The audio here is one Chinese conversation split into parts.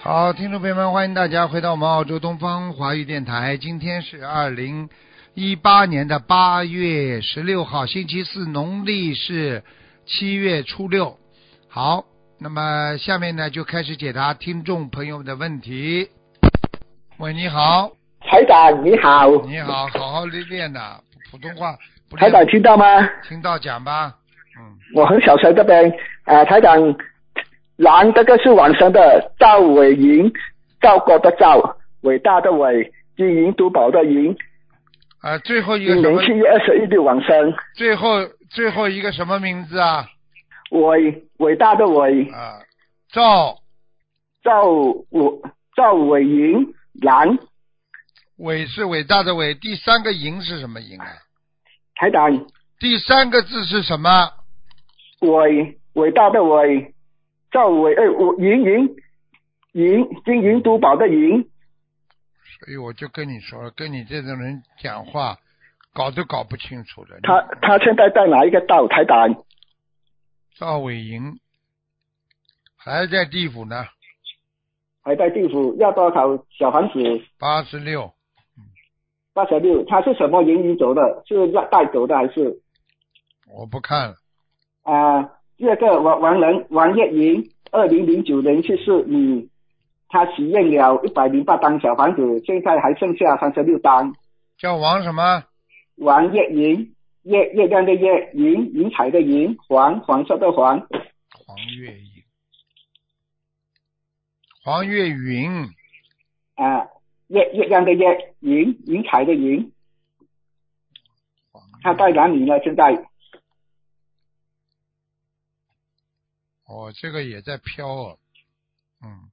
好，听众朋友们，欢迎大家回到我们澳洲东方华语电台。今天是二零一八年的八月十六号，星期四，农历是七月初六。好，那么下面呢就开始解答听众朋友们的问题。喂，你好，台长你好，你好，好好练练呐、普通话不台练长听到吗？听到讲吧。嗯，我很小声这边，呃，台长，蓝这个是晚上的，赵伟银，赵国的赵，伟大的伟，金银珠宝的银，呃，最后一个今什么年？七月二十一日晚上，最后最后一个什么名字啊？伟伟大的伟，啊、赵赵伟赵伟银蓝，伟是伟大的伟，第三个银是什么银啊？台长，第三个字是什么？伟伟大的伟，赵伟哎，我银银银金银珠宝的银，所以我就跟你说了，跟你这种人讲话，搞都搞不清楚了。他他现在在哪一个道？台长？赵伟银还在地府呢，还在地府要多少小房子？八十六，八十六，他是什么原因走的？是带带走的还是我不看了。啊、第二个王王仁王月云，二零零九年去世，女，他许愿了一百零八张小房子，现在还剩下三十六张。叫王什么？王月云，月月亮的月，云云彩的云，黄黄色的黄，黄月银，黄月云，啊、月月亮的月，云云彩的云，黄月他在哪里呢？现在哦，这个也在飘哦，嗯，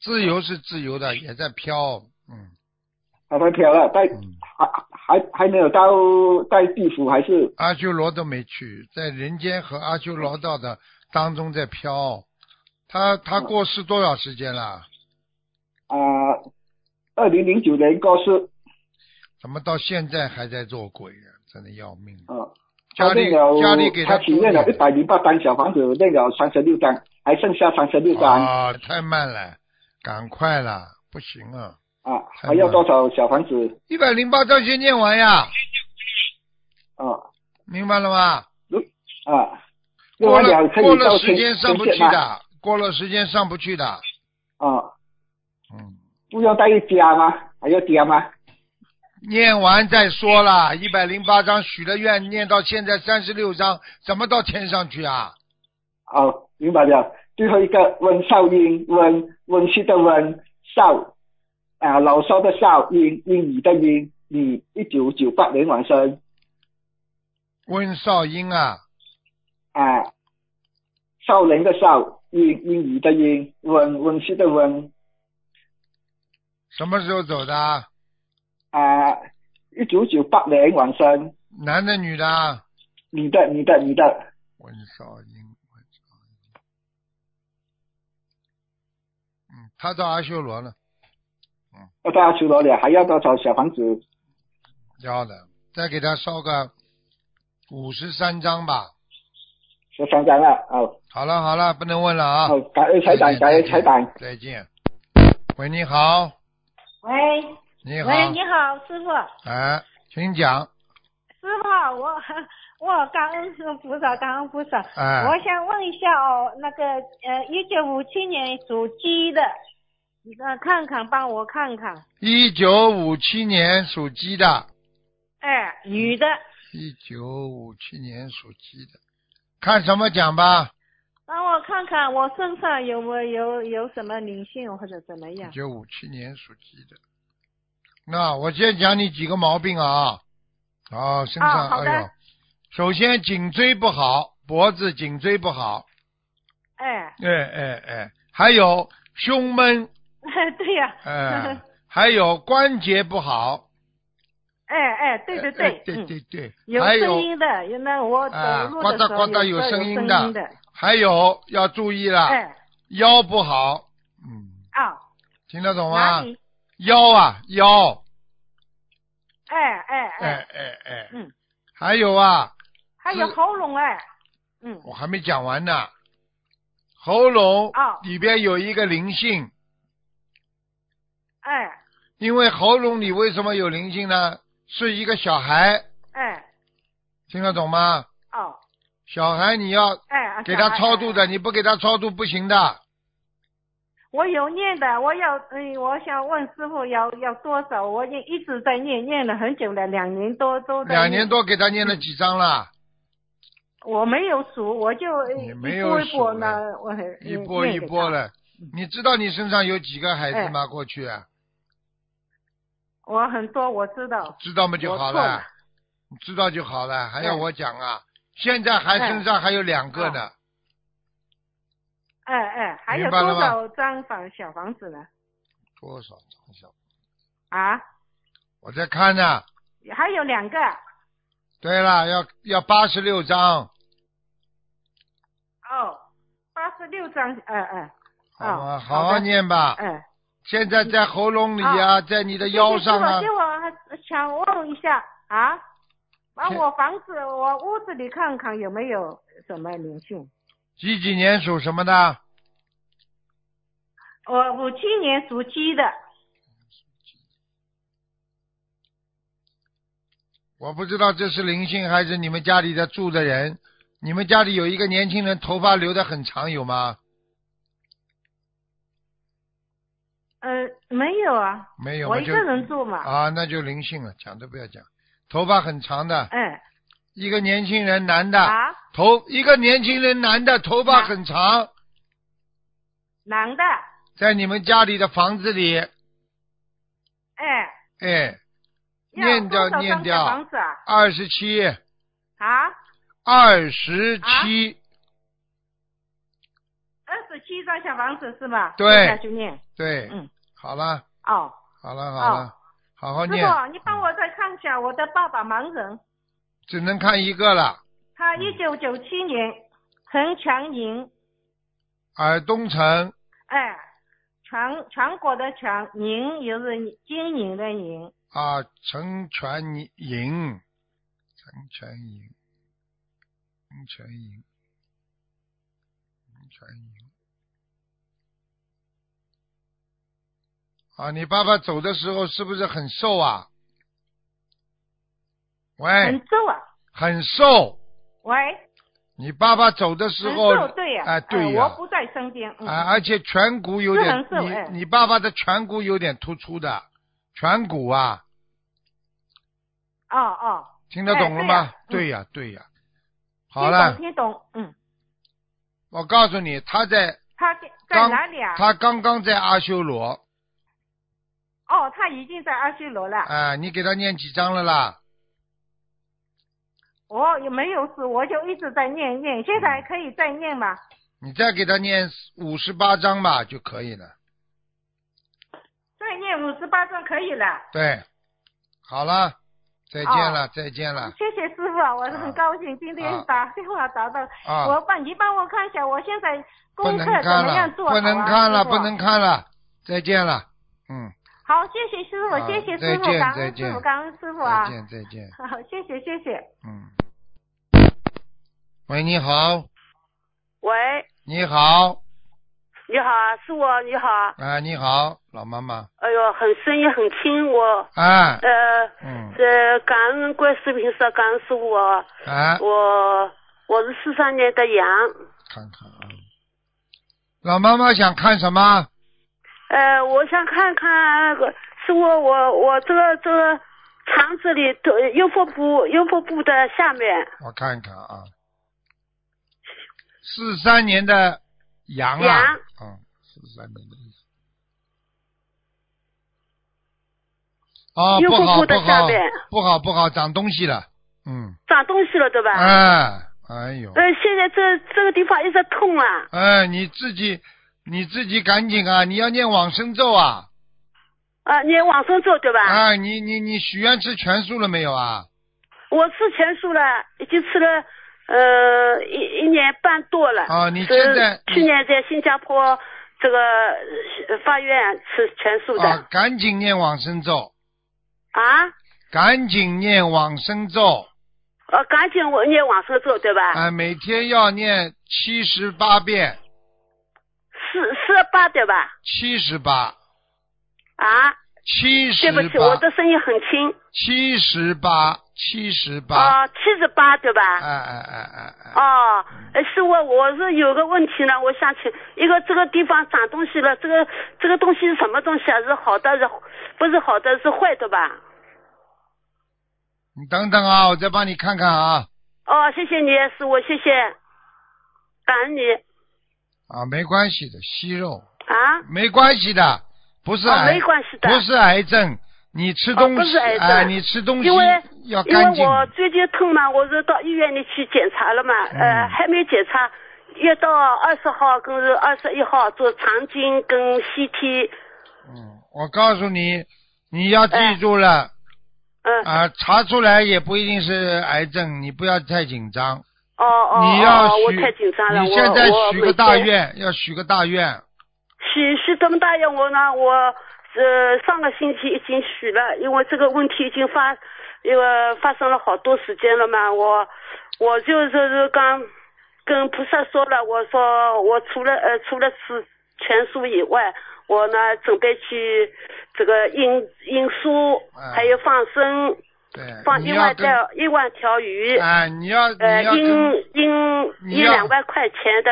自由是自由的，也在飘，嗯他在飘啊了，在嗯，还还还没有到在地府还是阿修罗都没去，在人间和阿修罗道的当中在飘。他他过世多少时间了？啊？二零零九年过世，怎么到现在还在做鬼啊？真的要命！嗯，家他里练了，家里给他租体验了一的百零八张小房子，练了三十六张，还剩下三十六张啊啊，太慢了，赶快了，不行啊！太还要慢多少小房子一百零八章先念完呀，啊明白了吗？啊？另过外两了可过以到了天时间上不去天界吗的，过了时间上不去的，啊，嗯。不要带一家吗？还要加吗？念完再说啦，一百零八章许了愿，念到现在三十六章，怎么到天上去啊？哦，明白了。最后一个温少英，温温室的温少啊，老少的少，英英语的英，你一九九八年晚生温少英啊，啊，少人的少，英英语的英，温温室的温。什么时候走的啊？啊，一九九八年晚生，男的女的啊？你的你的你的温少英，温少英，嗯，他到阿修罗了，要到阿修罗了，还要多少小房子？要的，再给他烧个五十三章吧。十三张了哦好了好了，不能问了啊。哦，感恩再财见长，感恩再财见长，再见。喂，你好，喂，你好，喂，你好，师傅，哎，请讲，师傅，我我感恩师菩萨，感恩菩萨。哎，我想问一下哦，那个呃，一九五七年属鸡的，你呃看看，帮我看看，一九五七年属鸡的，哎，女的，一九五七年属鸡的，看什么讲吧？帮我看看我身上有没有有什么灵性或者怎么样一？九五七年属鸡的，那我先讲你几个毛病啊，啊，身啊上、好的哎呦，首先颈椎不好，脖子颈椎不好，哎， 哎哎哎，还有胸闷，对呀、哎，还有关节不好， 哎哎，对对哎对，哎对嗯，对对，有还声有音的，有那我走啊路的时呱候嗒呱嗒有有时候声音有的啊声音的，还有要注意了，哎腰不好，嗯。啊，听得懂哪吗？里？腰啊腰，哎哎哎哎，哎哎，嗯，还有啊，还有喉咙哎，嗯，哦我还没讲完呢，喉咙哦里边有一个灵性，哎因为喉咙里为什么有灵性呢？是一个小孩，哎听得懂吗？哦小孩你要哎，啊给他超度。小孩的，哎你不给他超度不行的。我有念的，我要嗯，我想问师傅要要多少？我也一直在念，念了很久了，两年多都在。两年。多给他念了几张了？我没有数，我就呃你一没有波一波数呢了，我很一嗯波念一给波他。哎了。你知道你身上有几个孩子吗？过去啊我很多，我知道。知道吗就好我错了了，你知道就好了，还要嗯我讲啊？现在还嗯身上还有两个呢，哎哎，还有明白了多吗少张房小房子呢？多少张小？啊，我在看呢、还有两个。对了，要要八十六张，哦，八十六张，嗯嗯。好吗？好哦好好的念吧。嗯，现在在喉咙里啊，在你的腰上啊谢谢师，傅给我想问一下啊，把是我房子、我屋子里看看有没有什么灵性。几几年属什么的？我五七年属鸡的，我不知道这是灵性还是你们家里的住的人。你们家里有一个年轻人头发留的很长，有吗？呃，没有啊，没有，我嘛一就个人住嘛。啊，那就灵性了，讲都不要讲。头发很长的嗯一个年轻人，男的，啊，头一个年轻人，男的，头发男很长，男的，在你们家里的房子里，哎，哎，要念掉多少张念小掉房子啊二十七，啊，二十七，二十七张小房子是吧？对接下去念，对，嗯，好了，哦，好了，好了，好好师念，傅，你帮我再看一下我的爸爸盲人，只能看一个了，他一九九七年陈强宁，尔东城，哎，全全国的全，宁就是经营的宁，啊，陈全营，陈全营，陈全营，陈全营。啊，你爸爸走的时候是不是很瘦啊？很喂，重啊，很瘦。喂，你爸爸走的时很候，瘦，对呀、哎对呀我不在身边，嗯，啊，而且颧骨有点是，很瘦哎你你爸爸的颧骨有点突出的，颧骨啊，哦哦，听得懂了吗哎？对对呀、对呀、好了，听懂，听懂，嗯，我告诉你，他在他在在刚哪里啊？他刚刚在阿修罗，哦，他已经在阿修罗了。啊，你给他念几张了啦？我也没有事，我就一直在念念，现在还可以再念吗？你再给他念五十八张吧就可以了。再念五十八章可以了。对，好了，再见哦了，再见了谢谢师傅啊，我是很高兴今啊天打电话找到。啊！我帮你帮我看一下，我现在不功能课怎看么了样，做好啊？不能看了，师傅不能。看了，再见了，嗯，好，谢谢师傅，啊谢谢再师傅，见感再恩见师傅，感恩师傅啊再！见，再见。 好，谢谢谢谢。嗯，喂，你好，喂，你好，你好，啊是我，你好。啊，你好，老妈妈，哎呦，很声音很轻，我啊，呃，嗯，这感恩观世音菩萨，感恩师傅啊，啊，我我是四三年的羊，看看啊，老妈妈想看什么？呃，我想看看那个师傅，我我这个这个肠子里头右腹部右腹部的下面，我看一看啊，四三年的羊啊，羊嗯，四三年的羊。哦，右啊不腹好部不的下好面，不好不好，长东西了，嗯，长东西了对吧？哎，哎呦，呃，现在这这个地方一直痛啊，哎，你自己你自己赶紧啊！你要念往生咒啊！啊，你往生咒对吧？哎，你你你许愿吃全素了没有啊？我吃全素了，已经吃了呃一一年半多了。啊你是现在去年在新加坡这个呃法院吃全素的啊，赶紧念往生咒，啊？赶紧念往生咒！呃，赶紧我念往生咒对吧？啊，每天要念七十八遍，四四十八对吧？七十八，啊，七对十不起，八，我的声音很轻。七十八，七十八，啊，七十八对吧？哎哎哎哎哎，哦，呃师傅，我是有个问题呢，我想请一个这个地方长东西了，这个这个东西是什么东西啊？是好的，是不是好的，是坏的吧？你等等啊，我再帮你看看啊，哦，谢谢你，师傅，谢谢，感恩你啊，没关系的，息肉，啊。没关系的，不是哦，癌，没关系的，不是癌症，你吃哦东不西，是癌症哎，你吃东西因为要因干为净，我最近痛嘛，我是到医院里去检查了嘛，嗯呃，还没检查，要到二十号跟二十一号做肠镜跟 CT，嗯，我告诉你，你要记住了 嗯，啊，查出来也不一定是癌症，你不要太紧张。哦哦，你要哦许，我太紧张了，你我现在我许每个大天愿，要许个大愿。许许这么大愿，我呢，我呃上个星期已经许了，因为这个问题已经发，因为发生了好多时间了嘛，我我就是是刚跟菩萨说了，我说我除了呃除了吃全素以外，我呢准备去这个印印书嗯，还有放生，对，放你一要万跟条一万条鱼。哎，你要你呃，要跟印印你印要两万块钱的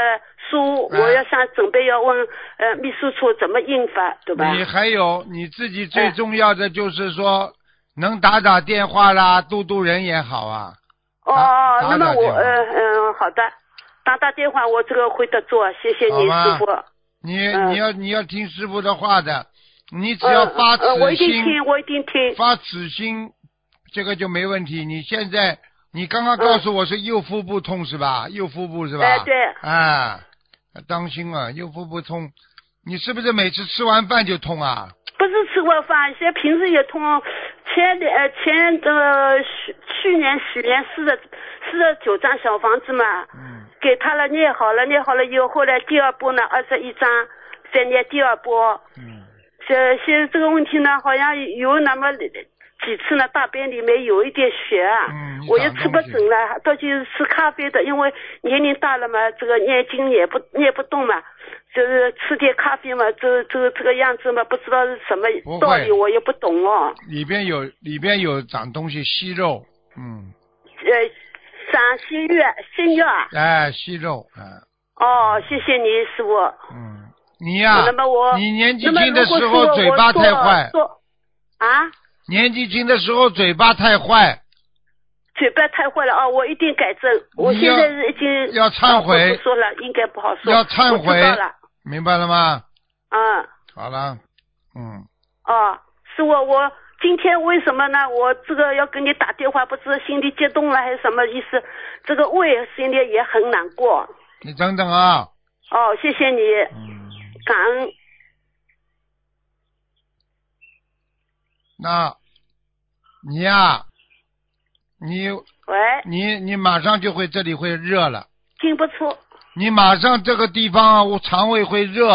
书，哎我要想准备要问呃秘书处怎么印法，对吧？你还有你自己最嗯重要的就是说，能打打电话啦，度度人也好啊。哦打哦，打那么打我电话呃嗯、好的，打打电话我这个会得做，谢谢你好吧师傅。你嗯你要你要听师傅的话的，你只要发呃呃，我慈一定心，听，我一定听。发此心，这个就没问题。你现在，你刚刚告诉我是右腹部痛是吧？右腹部是吧？嗯哎对啊，当心啊，右腹部痛，你是不是每次吃完饭就痛啊？不是吃过饭，现在平时也痛。前年呃前这个去去年许愿四十四十九张小房子嘛，嗯，给他了念好了，念好了以后，后来第二波呢二十一张，再念第二波。嗯。这现在这个问题呢，好像有那么几次呢，大便里面有一点血啊，嗯我又吃不准了，到就是吃咖啡的，因为年龄大了嘛，这个念经也不念不动嘛，就是吃点咖啡嘛，这这这个样子嘛，不知道是什么不会道理，我也不懂哦。里边有里边有长东西，息肉，嗯，呃，长新月新月啊，哎，息肉，啊，哦，谢谢你师傅。嗯，你呀、那么我你年纪那么轻的如果时说候我嘴巴做太坏，做啊。年纪轻的时候嘴巴太坏，嘴巴太坏了哦，我一定改正。我现在是已经要忏悔哦不说了，应该不好说。要忏悔我知道了，明白了吗？嗯，好了，嗯。哦，是我我今天为什么呢？我这个要跟你打电话，不知心里激动了还是什么意思？这个胃心里也很难过。你等等啊，哦，谢谢你，嗯，感恩。那，你呀、你喂，你你马上就会这里会热了，听不出，你马上这个地方啊我肠胃会热，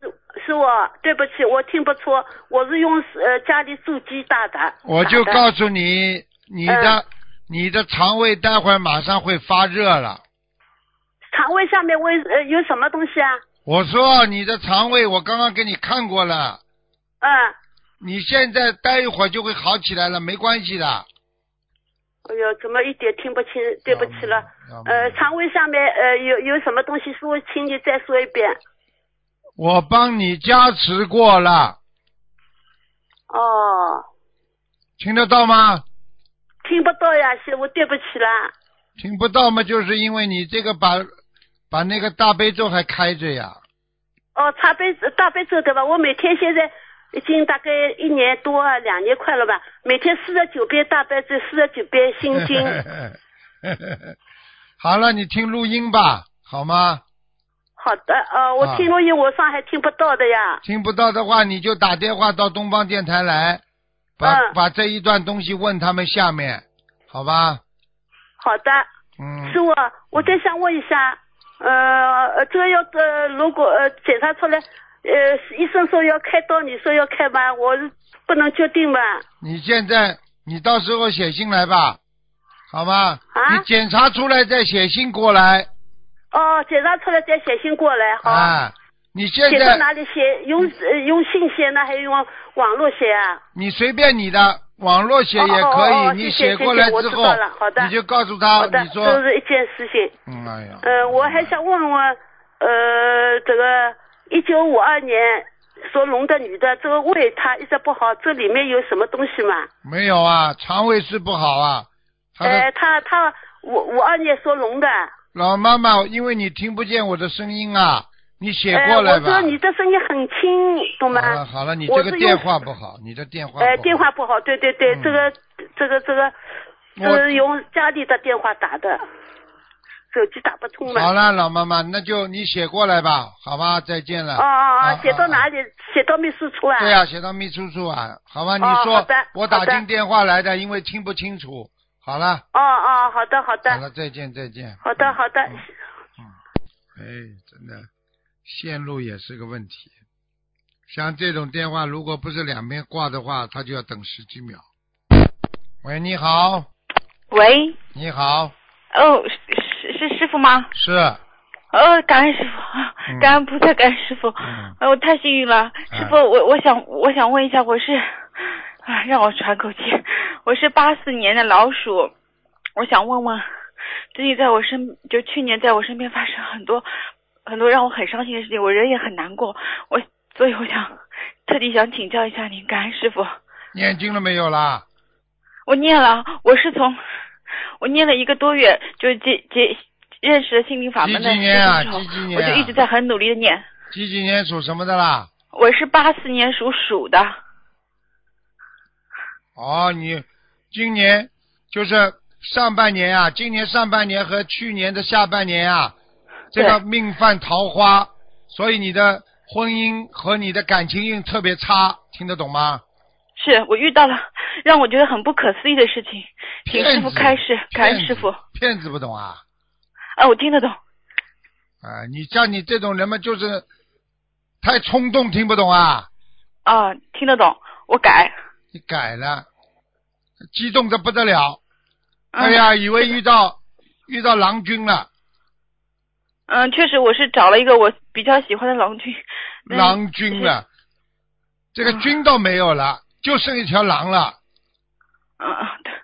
是是我对不起，我听不出，我是用呃家里主机打的。我就打的告诉你，你的、嗯你的肠胃待会儿马上会发热了。肠胃下面为呃有什么东西啊？我说你的肠胃，我刚刚给你看过了，嗯。你现在待一会儿就会好起来了，没关系的。哎呦，怎么一点听不清？对不起了。要么，呃，要么肠胃上面呃有有什么东西说，请你再说一遍。我帮你加持过了，哦，听得到吗？听不到呀，是我对不起啦。听不到嘛，就是因为你这个把把那个大悲咒还开着呀。哦，大悲大悲咒对吧？我每天现在已经大概一年多啊，两年快了吧，每天四十九遍大悲咒，四十九遍心 经。好了，你听录音吧，好吗？好的，呃，我啊听录音，我上海听不到的呀。听不到的话，你就打电话到东方电台来，把、嗯把这一段东西问他们下面，好吧？好的。嗯师，傅，我再想问一下，呃，呃这个要呃，如果呃检查出来，呃，医生说要开刀，你说要开吧，我是不能决定吧？你现在你到时候写信来吧，好吗？啊你检查出来再写信过来哦，检查出来再写信过来，好。啊。你现写到在哪里写？用呃用信写呢，还是用网络写啊？你随便你的，网络写也可以，哦哦哦哦你谢写谢过来谢谢之后我知道了好，的你就告诉好他，的啊你，说，这是一件事情。嗯，哎呀，呃，我还想问问，呃，这个一九五二年属龙的女的，这个胃她一直不好，这里面有什么东西嘛？没有啊，肠胃是不好啊，他的呃，她她五五二年属龙的，老妈妈，因为你听不见我的声音啊，你写呃，过来我吧。说你的声音很轻，懂吗？好了好了，你我这个是电用话不好，你的电话不好。呃，电话不好，对对对，嗯这个这个这个，这我是用家里的电话打的，手机打不通好嘛。了，老妈妈，那就你写过来吧，好吧，再见了。哦哦啊哦，写到哪里？里？写到秘书处啊？对呀、写到秘书处啊，好吧？你哦说、好的我打好的进电话来的，因为听不清楚。好了，哦哦，好的好好的了，嗯再见，再见。好的好的，哎，真的，线路也是个问题。像这种电话，如果不是两边挂的话，他就要等十几秒。喂，你好，喂，你好，哦，是是是师傅吗？是，哦，感恩师嗯傅，感恩菩萨，感恩师傅。嗯，哎，我太幸运了，哎师傅，我我想我想问一下，我是，啊，让我喘口气，我是八四年的老鼠，我想问问，最近在我身，就去年在我身边发生很多很多让我很伤心的事情，我人也很难过，我所以我想特地想请教一下您，感恩师傅。念经了没有啦？我念了，我是从我念了一个多月，就是接接认识了心灵法门的几几年啊之后几几年我啊就一直在很努力的念。几几年属什么的啦？我是八四年属鼠的，哦，你今年就是上半年啊，今年上半年和去年的下半年啊，这个对命犯桃花，所以你的婚姻和你的感情运特别差，听得懂吗？是我遇到了让我觉得很不可思议的事情，请师骗傅子，开示，感恩骗师子傅。骗子不懂啊啊，我听得懂。啊！你像你这种人嘛，就是太冲动，听不懂啊！啊，听得懂，我改。你改了，激动的不得了，嗯、哎，呀，以为遇到遇到郎君了，嗯，确实我是找了一个我比较喜欢的郎君。但是郎君啊了，这个君倒没有了，就剩一条狼了，嗯嗯，对，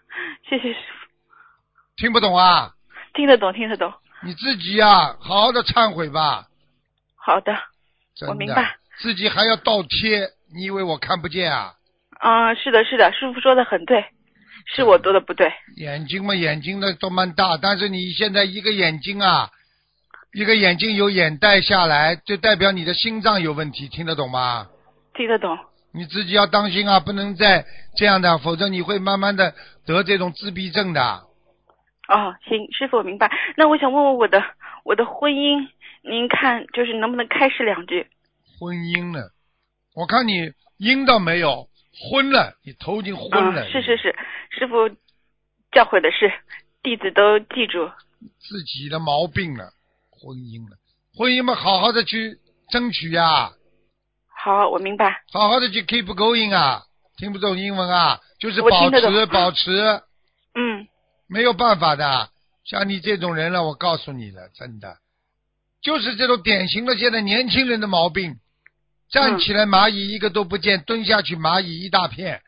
谢谢师傅，听不懂啊？听得懂，听得懂。你自己呀、好好的忏悔吧，好的，真我的，明白自己还要倒贴，你以为我看不见啊？嗯，是的，是的，师傅说的很对，是我做的不对。眼睛嘛，眼睛呢都蛮大，但是你现在一个眼睛啊，一个眼睛有眼袋下来，就代表你的心脏有问题，听得懂吗？听得懂，你自己要当心啊，不能再这样的，否则你会慢慢的得这种自闭症的。哦，行，师傅我明白。那我想问问我的我的婚姻，您看就是能不能开示两句？婚姻呢？我看你阴倒没有，昏了，你头已经昏了。嗯，是是是，师傅教诲的是，弟子都记住。自己的毛病了，婚姻了，婚姻嘛，好好的去争取呀、好，我明白。好好的去 keep going 啊，听不懂英文啊，就是我保听得懂持保持，嗯，没有办法的。像你这种人了，我告诉你了，真的，就是这种典型的现在年轻人的毛病，站起来蚂蚁一个都不嗯见，蹲下去蚂蚁一大片，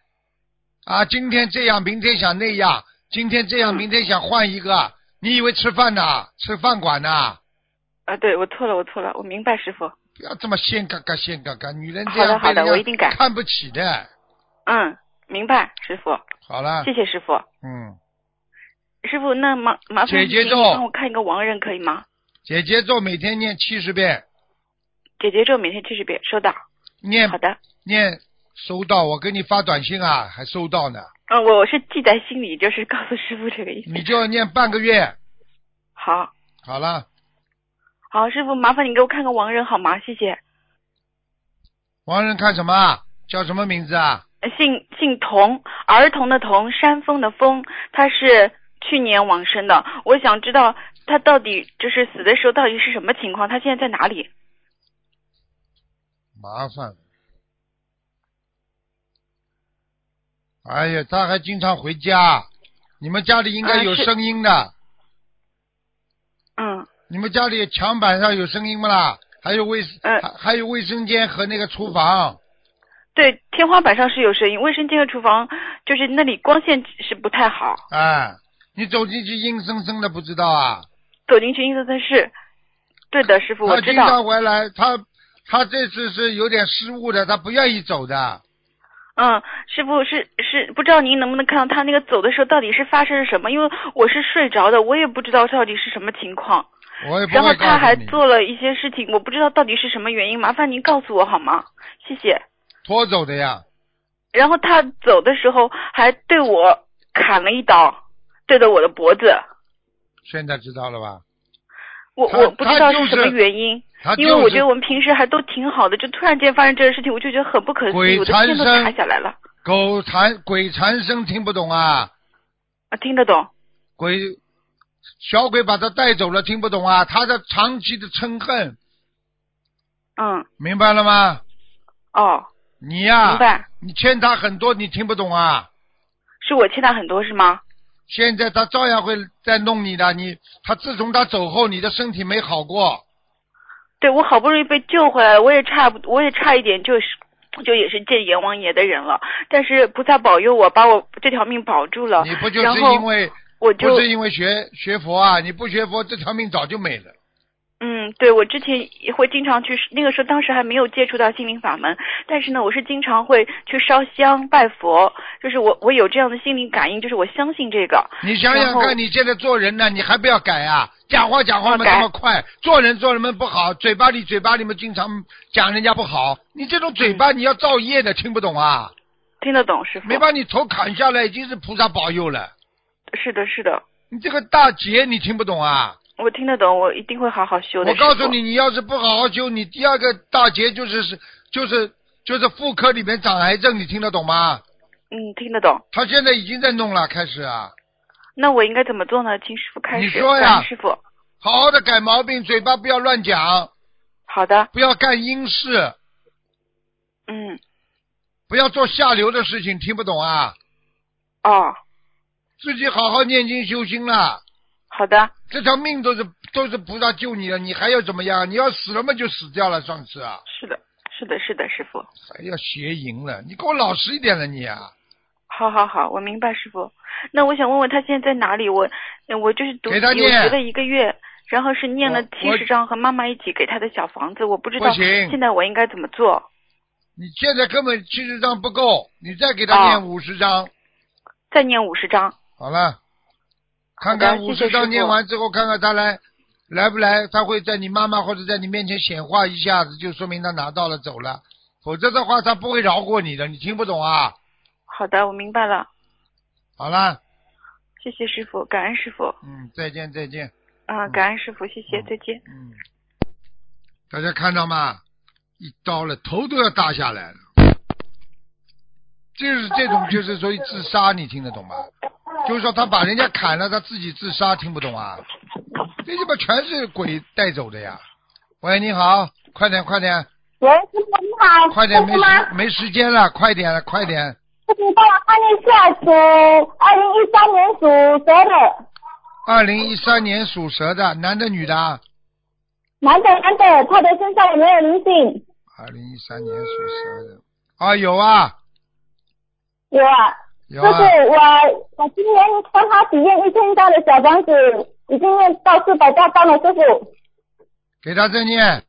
啊，今天这样，明天想那样，今天这嗯样，明天想换一个，你以为吃饭呐？吃饭馆呐、啊，对我错了，我错了，我明白，师傅。不要这么先嘎嘎先嘎嘎，女人这好的样被好的人家我一定改看不起的。嗯，明白，师傅，好了，谢谢师傅。嗯，师傅，那麻麻烦姐您姐咒帮我看一个亡人可以吗？姐姐咒每天念七十遍，姐姐咒每天七十遍，收到。念好的，念收到，我给你发短信啊，还收到呢，嗯，我我是记在心里，就是告诉师傅这个意思。你就念半个月。好。好了，好，师傅，麻烦你给我看个亡人好吗？谢谢。王人看什么啊？叫什么名字啊？呃姓姓童，儿童的童，山峰的峰，他是去年往生的。我想知道他到底就是死的时候到底是什么情况？他现在在哪里？麻烦了。哎呀，他还经常回家，你们家里应该啊有是声音的，嗯，你们家里墙板上有声音不啦？还有卫，嗯还还有卫生间和那个厨房。对，天花板上是有声音，卫生间和厨房就是那里光线是不太好，哎，你走进去阴森森的，不知道啊？走进去阴森森是。对的，师傅，我他知经道常。回来，他他这次是有点失误的，他不愿意走的。嗯，师傅是是，不知道您能不能看到他那个走的时候到底是发生了什么？因为我是睡着的，我也不知道到底是什么情况。我也不然后会他告还诉你。做了一些事情，我不知道到底是什么原因，麻烦您告诉我好吗？谢谢。拖走的呀，然后他走的时候还对我砍了一刀，对着我的脖子。现在知道了吧？我他我不知道他就是什么原因，他因为我就是觉得我们平时还都挺好的，就突然间发生这个事情，我就觉得很不可思鬼议，我的缠天都身塌下来了。狗缠鬼缠身，听不懂啊？啊，听得懂。鬼小鬼把他带走了，听不懂啊？他的长期的嗔恨，嗯，明白了吗？哦，你呀、明白。你欠他很多，你听不懂啊？是我欠他很多是吗？现在他照样会再弄你的，你他自从他走后，你的身体没好过，对，我好不容易被救回来了，我也差不，我也差一点就是。就也是见阎王爷的人了，但是菩萨保佑我，把我这条命保住了。你不就哦然是后因为我就不是因为学学佛啊？你不学佛，这条命早就没了。嗯，对，我之前也会经常去，那个时候当时还没有接触到心灵法门，但是呢，我是经常会去烧香拜佛，就是我我有这样的心灵感应，就是我相信这个。你想然想后看，你现在做人呢，你还不要改啊？讲话讲话要嘛改这么快，做人做人们不好，嘴巴里嘴巴里面经常讲人家不好，你这种嘴嗯巴你要造业的，听不懂啊？哦听得懂师傅？没把你头砍下来已经是菩萨保佑了，是的，是的，你这个大劫你听不懂啊？我听得懂，我一定会好好修的。我告师诉傅你，，你要是不好好修，你第二个大劫就是是就是就是妇科里面长癌症，你听得懂吗？嗯，听得懂。他现在已经在弄了，开始啊，那我应该怎么做呢？请师傅开始。你说呀感恩师傅，好好的改毛病，嘴巴不要乱讲，好的，不要干阴事，嗯，不要做下流的事情，听不懂啊？哦，自己好好念经修心了，好的，这条命都是都是菩萨救你了，你还要怎么样？你要死了嘛就死掉了，上次啊，是的，是的，是的，师傅。还要邪淫了，你给我老实一点了你啊，好好好，我明白师傅。那我想问问他现在在哪里？我呃我就是读给他我念学了一个月，然后是念了我七我十章和妈妈一起给他的小房子，我不知不道行现在我应该怎么做。你现在根本七十张不够，你再给他哦念五十张。再念五十章，好了，看好看的五谢谢十师章傅念完之后，看看他来来不来，他会在你妈妈或者在你面前显化一下子，就说明他拿到了走了，否则的话他不会饶过你的，你听不懂啊？好的，我明白了，好了，谢谢师傅，感恩师傅，嗯，再见再见，啊、感恩师傅，谢谢，再见。嗯，大家看到吗？一刀了，头都要打下来了。就是这种，就是属于自杀，你听得懂吗？就是说他把人家砍了，他自己自杀，听不懂啊？这鸡巴全是鬼带走的呀！喂，你好，快点，快点，喂，师傅你好，快点，没师傅吗时？没时间了，快点了，快点。师傅帮我看一下属二零一三年属蛇的二零一三年属蛇的，男的女的啊？男的男的，他的身上有没有灵性？二零一三年属蛇的啊，有啊，有啊，有就啊。是我我今年帮他体验一千张的小房子，已经念到四百多张了，师傅，给他再念，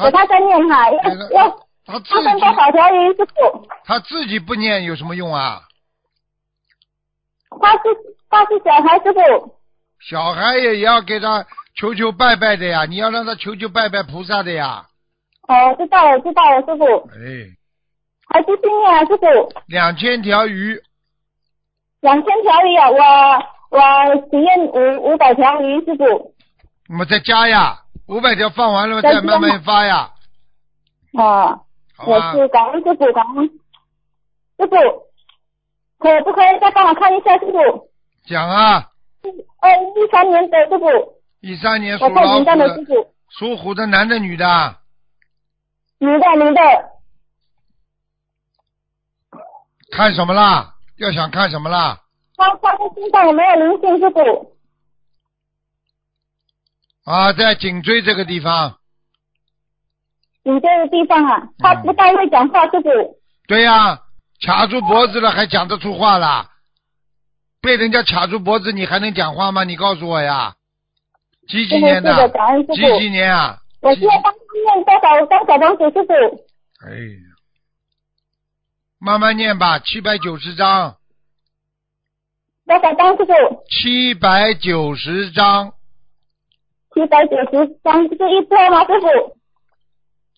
给他再念哈，给要他他要啊哎自要分己多少条鱼，师傅？他自己不念有什么用啊？他是他是小孩，师傅。小孩也要给他求求拜拜的呀，你要让他求求拜拜菩萨的呀。哦，知道了知道了，师傅，哎，还继续念啊，师傅。两千条鱼，两千条鱼啊，我我体验五五百条鱼，师傅。那么再加呀，五百条放完了再慢慢发呀，啊，好我吧？是感恩师傅，感恩师傅，可不可以再帮我看一下师傅？讲啊，二零一三年的师傅，一三年属我太老紧虎张了，的，师傅。属虎的男的女的啊，明白明白，看什么啦？要想看什么啦？他他的身上有没有灵性，师傅？啊，在颈椎这个地方，你这个地方嗯啊，他不太会讲话，师傅。对呀、卡住脖子了还讲得出话啦？被人家卡住脖子，你还能讲话吗？你告诉我呀。几几师傅年是的，的？感恩师几几傅。年啊？我需要帮他念多少张小房子，师傅？哎呀，慢慢念吧，七百九十章，多少张师傅？七百九十章，七百九十张是一波吗，师傅？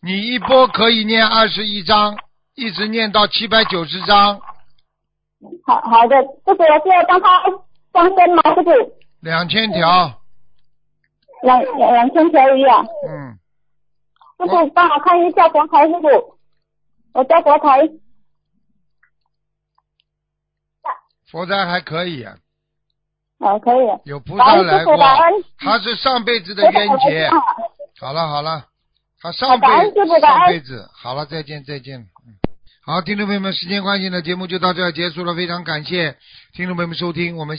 你一波可以念二十一章，一直念到七百九十章，好好的，师傅，我是要帮他放生吗，师傅？两千条。两两两千条鱼啊，嗯，师傅帮我看一下佛台，师傅，我在佛台，佛灾还可以、啊，哦，可以了。有菩感萨恩来师过傅，，感恩，他是上辈子的我冤感恩结师。父好了好了，他上辈感恩师傅感上恩辈子好了，再见再见。嗯，好，听众朋友们，时间关系呢，节目就到这儿结束了，非常感谢听众朋友们收听，我们下。